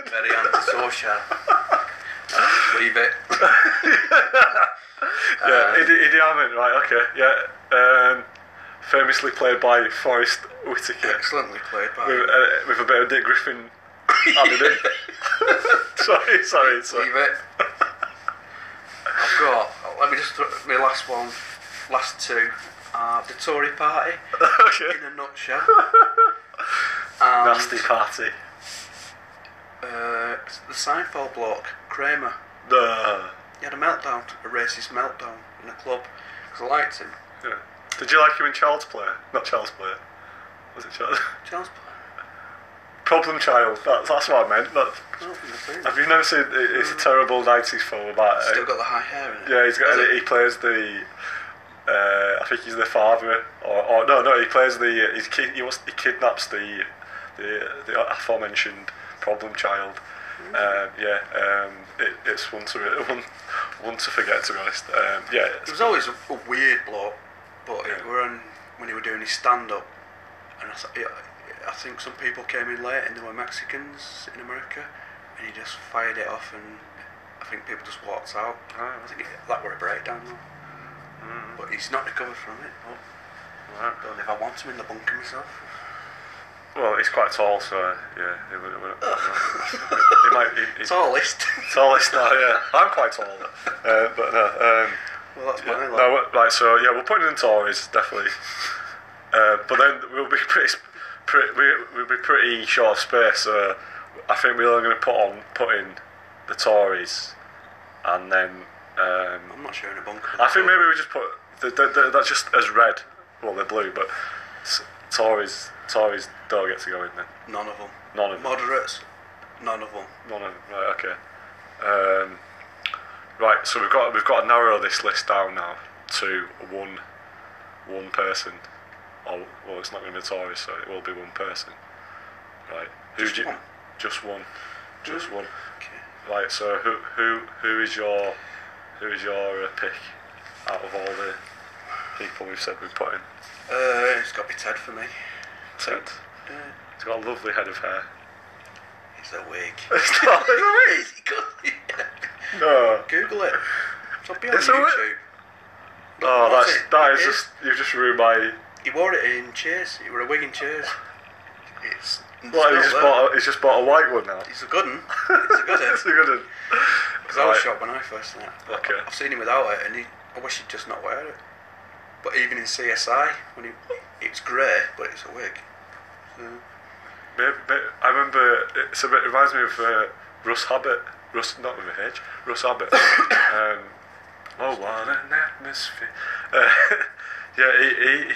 Speaker 4: Very antisocial. Leave it.
Speaker 3: yeah, Idi, Idi Amin. Right, okay, yeah. Um, famously played by Forrest Whitaker
Speaker 4: Excellently played by
Speaker 3: with, uh, with a bit of Dick Griffin added in. sorry, sorry, sorry.
Speaker 4: Leave it. eh? I've got. Let me just. Th- my last one, last two, are the Tory Party
Speaker 3: okay.
Speaker 4: in a nutshell.
Speaker 3: Nasty party.
Speaker 4: Uh, the Seinfeld bloke, Kramer.
Speaker 3: No.
Speaker 4: He had a meltdown, a racist meltdown in a club because I liked him.
Speaker 3: Yeah. Did you like him in Child's Play? Not Child's Play. Was it Child?
Speaker 4: Charles Play.
Speaker 3: Problem Child. That, that's what I meant. That,
Speaker 4: I don't think I've seen
Speaker 3: have
Speaker 4: that.
Speaker 3: you never seen? it- It's a terrible '90s film about.
Speaker 4: Still
Speaker 3: Uh,
Speaker 4: got the high hair in it.
Speaker 3: yeah, he's got.
Speaker 4: Is it?
Speaker 3: He plays the. Uh, I think he's the father, or, or no, no, he plays the. uh, He's, ki- he, was, he kidnaps the, the the aforementioned problem child.
Speaker 4: Mm.
Speaker 3: Um, yeah, um, it, it's one to one, one to forget. To be honest, um, yeah,
Speaker 4: He
Speaker 3: it's-
Speaker 4: was always a, a weird bloke, but
Speaker 3: Yeah.
Speaker 4: it were on when he were doing his stand up, and I, th- I- I think some people came in late and they were Mexicans in America, and he just fired it off, and I think people just walked out. I think it- that were a breakdown though.
Speaker 3: Mm.
Speaker 4: But he's not recovered from it. But don't know if I want him in the bunker myself.
Speaker 3: Well, he's quite tall, so yeah, he, would, would, he might. He, he's
Speaker 4: It's all list.
Speaker 3: tallest now, yeah. I'm quite tall, uh, but no. Um,
Speaker 4: well, that's
Speaker 3: yeah,
Speaker 4: my
Speaker 3: no,
Speaker 4: lot.
Speaker 3: we're- right. So yeah, we're putting in Tories definitely, uh, but then we'll be pretty, sp- pretty we, we'll be pretty short of space. So I think we're only going to put on put in the Tories, and then um,
Speaker 4: I'm not sure in a bunker.
Speaker 3: I think maybe we just put the, the, the, that's just as red. Well, they're blue, but s- Tories Tories don't get to go in then.
Speaker 4: none of them.
Speaker 3: None of them.
Speaker 4: Moderates, none of them.
Speaker 3: None of them. Right. Okay. Um, right. So we've got we've got to narrow this list down now to one one person. Oh, well, it's not going to be Tories, so it will be one person. Right. Who
Speaker 4: Just
Speaker 3: do you,
Speaker 4: one. Hmm.
Speaker 3: Just one. Just one.
Speaker 4: Okay.
Speaker 3: Right. So who who who is your who is your uh, pick out of all the people we've said we put in?
Speaker 4: Uh, it's got to be Ted for me.
Speaker 3: Ted.
Speaker 4: Uh,
Speaker 3: He's got a lovely head of hair.
Speaker 4: It's a wig.
Speaker 3: It's not- it's No.
Speaker 4: Google it. It'll be on
Speaker 3: It's a wig.
Speaker 4: YouTube.
Speaker 3: Oh,
Speaker 4: What's
Speaker 3: that's
Speaker 4: it?
Speaker 3: that is
Speaker 4: It
Speaker 3: just you've just ruined my
Speaker 4: He wore it in Cheers. He wore a wig in Cheers. It's. it's
Speaker 3: What,
Speaker 4: not
Speaker 3: he's just,
Speaker 4: there.
Speaker 3: bought a, he's just bought a white one now?
Speaker 4: It's a good one. It's a good
Speaker 3: That's a
Speaker 4: one.
Speaker 3: good one.
Speaker 4: Because I was
Speaker 3: Right.
Speaker 4: shocked when I first saw it. But
Speaker 3: Okay.
Speaker 4: I've seen him without it, and he, I wish he'd just not wear it. But even in CSI, when he, it's grey, but it's a wig.
Speaker 3: Maybe, maybe, I remember, it's a bit, it reminds me of uh, Russ Abbott. Russ, not with a H, Russ Abbott. um, oh, what an atmosphere. Uh, yeah, he,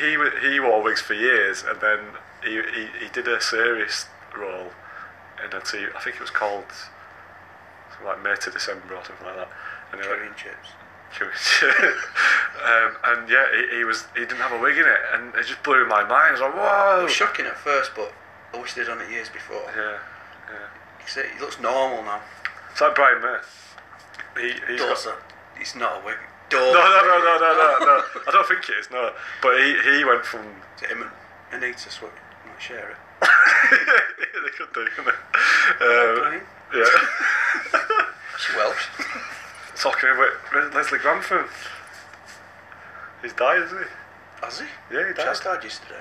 Speaker 3: he, he, wa- he wore wigs for years and then he, he, he did a serious role in a TV, I think it was called something like May to December or something like that. And he,
Speaker 4: Carrying chips.
Speaker 3: um, and yeah, he, he was he didn't have a wig in it, and it just blew my mind. I was like, whoa.
Speaker 4: It was shocking at first, but I wish they'd done it years before.
Speaker 3: Yeah,
Speaker 4: You see, He looks normal now.
Speaker 3: it's like Brian May. He, he's got-
Speaker 4: Dorset. It's not a wig.
Speaker 3: no, no, no, no, no, no, no. I don't think it is. No, but he, he went from.
Speaker 4: To him and Anita Swift, not Sharon.
Speaker 3: they could do, couldn't they? Um,
Speaker 4: Brian.
Speaker 3: yeah,
Speaker 4: She Welsh.
Speaker 3: talking about Leslie Grantham. He's died, hasn't he?
Speaker 4: Has he?
Speaker 3: Yeah, he died.
Speaker 4: Chas died yesterday.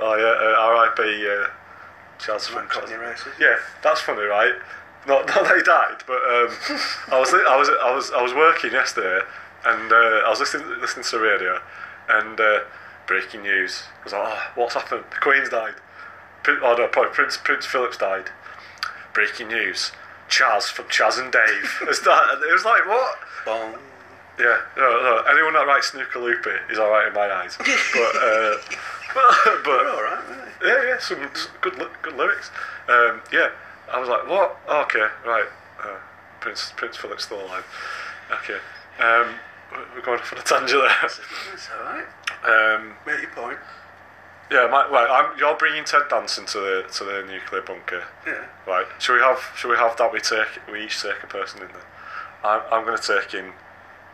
Speaker 3: Oh yeah, uh, R.I.P. Uh, Child's
Speaker 4: From
Speaker 3: Child's-
Speaker 4: Cockney races.
Speaker 3: Yeah, that's funny, right? Not, not that he died, but um, I was I was I was I was working yesterday, and uh, I was listening listening to the radio, and uh, breaking news. I was like, oh, what's happened? The Queen's died. Prin- oh no, probably Prince Prince Philip's died. Breaking news. Chaz from Chaz and Dave. It's that, it was like what?
Speaker 4: Bong.
Speaker 3: Yeah, no, no, anyone that writes Snooker Loopy is all right in my eyes. But, uh, but, but
Speaker 4: All right, really.
Speaker 3: yeah, yeah, some s- good ly- good lyrics. Um, yeah, I was like, what? Okay, right. Uh, Prince Prince Philip's still alive. Okay, um, we- we're going off on a tangent
Speaker 4: It's all right.
Speaker 3: there. um,
Speaker 4: Make your point.
Speaker 3: yeah, my, right. I'm, you're bringing Ted Danson to the to the nuclear bunker.
Speaker 4: Yeah.
Speaker 3: Right. Should we have Should we have that we take we each take a person in there? I'm I'm going to take in.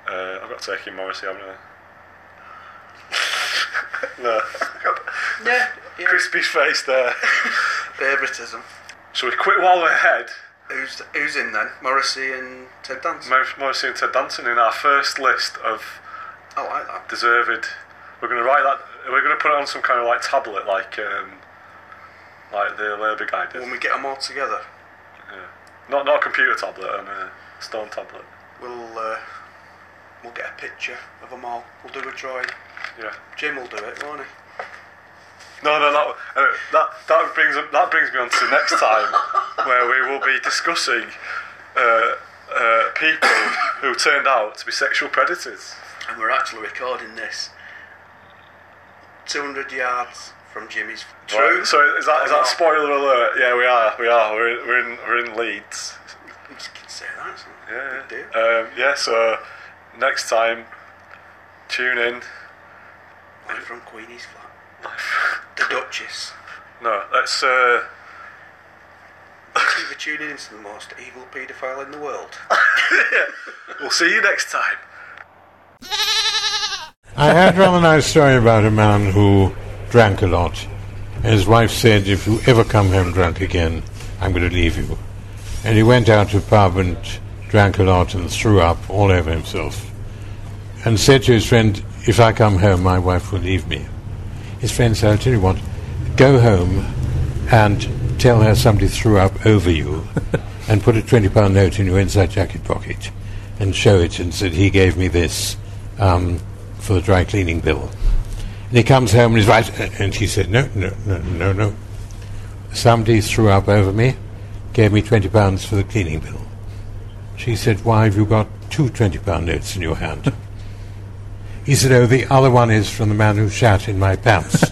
Speaker 3: Uh, I've got to take in Morrissey, haven't I? no.
Speaker 4: Yeah. yeah.
Speaker 3: Crispy's face there.
Speaker 4: Favouritism.
Speaker 3: Shall we quit while we're ahead?
Speaker 4: Who's who's in then? Morrissey and Ted Danson.
Speaker 3: Mor- Morrissey and Ted Danson in our first list of
Speaker 4: I like that.
Speaker 3: deserved. We're going to write that. We're going to put it on some kind of like tablet, like um, like the Labour guy did.
Speaker 4: When we get them all together,
Speaker 3: Not not a computer tablet, on a stone tablet.
Speaker 4: we'll uh, we'll get a picture of them all. We'll do a drawing.
Speaker 3: Yeah.
Speaker 4: Jim will do it, won't he?
Speaker 3: No, no, that anyway, that that brings that brings me on to next time, where we will be discussing uh, uh, people who turned out to be sexual predators.
Speaker 4: And we're actually recording this 200 yards from Jimmy's. True.
Speaker 3: Right, So is that is that spoiler alert? Yeah, we are, we are. We're in, we're in, we're in Leeds.
Speaker 4: You can say that. It's not a
Speaker 3: Yeah.
Speaker 4: big deal.
Speaker 3: Um, yeah. So next time, tune in.
Speaker 4: Live from Queenie's flat. the Duchess.
Speaker 3: No, let's. Uh,
Speaker 4: Thank you for tuning into the most evil paedophile in the world.
Speaker 3: we'll see you next time.
Speaker 9: I heard a rather nice story about a man who drank a lot. And his wife said, If you ever come home drunk again, I'm going to leave you. And he went out to a pub and drank a lot and threw up all over himself. And said to his friend, If I come home, my wife will leave me. His friend said, I'll tell you what, go home and tell her somebody threw up over you and put a £20 note in your inside jacket pocket and show it and said, he gave me this um, for the dry cleaning bill. And he comes home and he's right, and she said, no, no, no, no, no. Somebody threw up over me, gave me £20 for the cleaning bill. She said, why have you got two £20 notes in your hand? He said, oh, the other one is from the man who shat in my pants.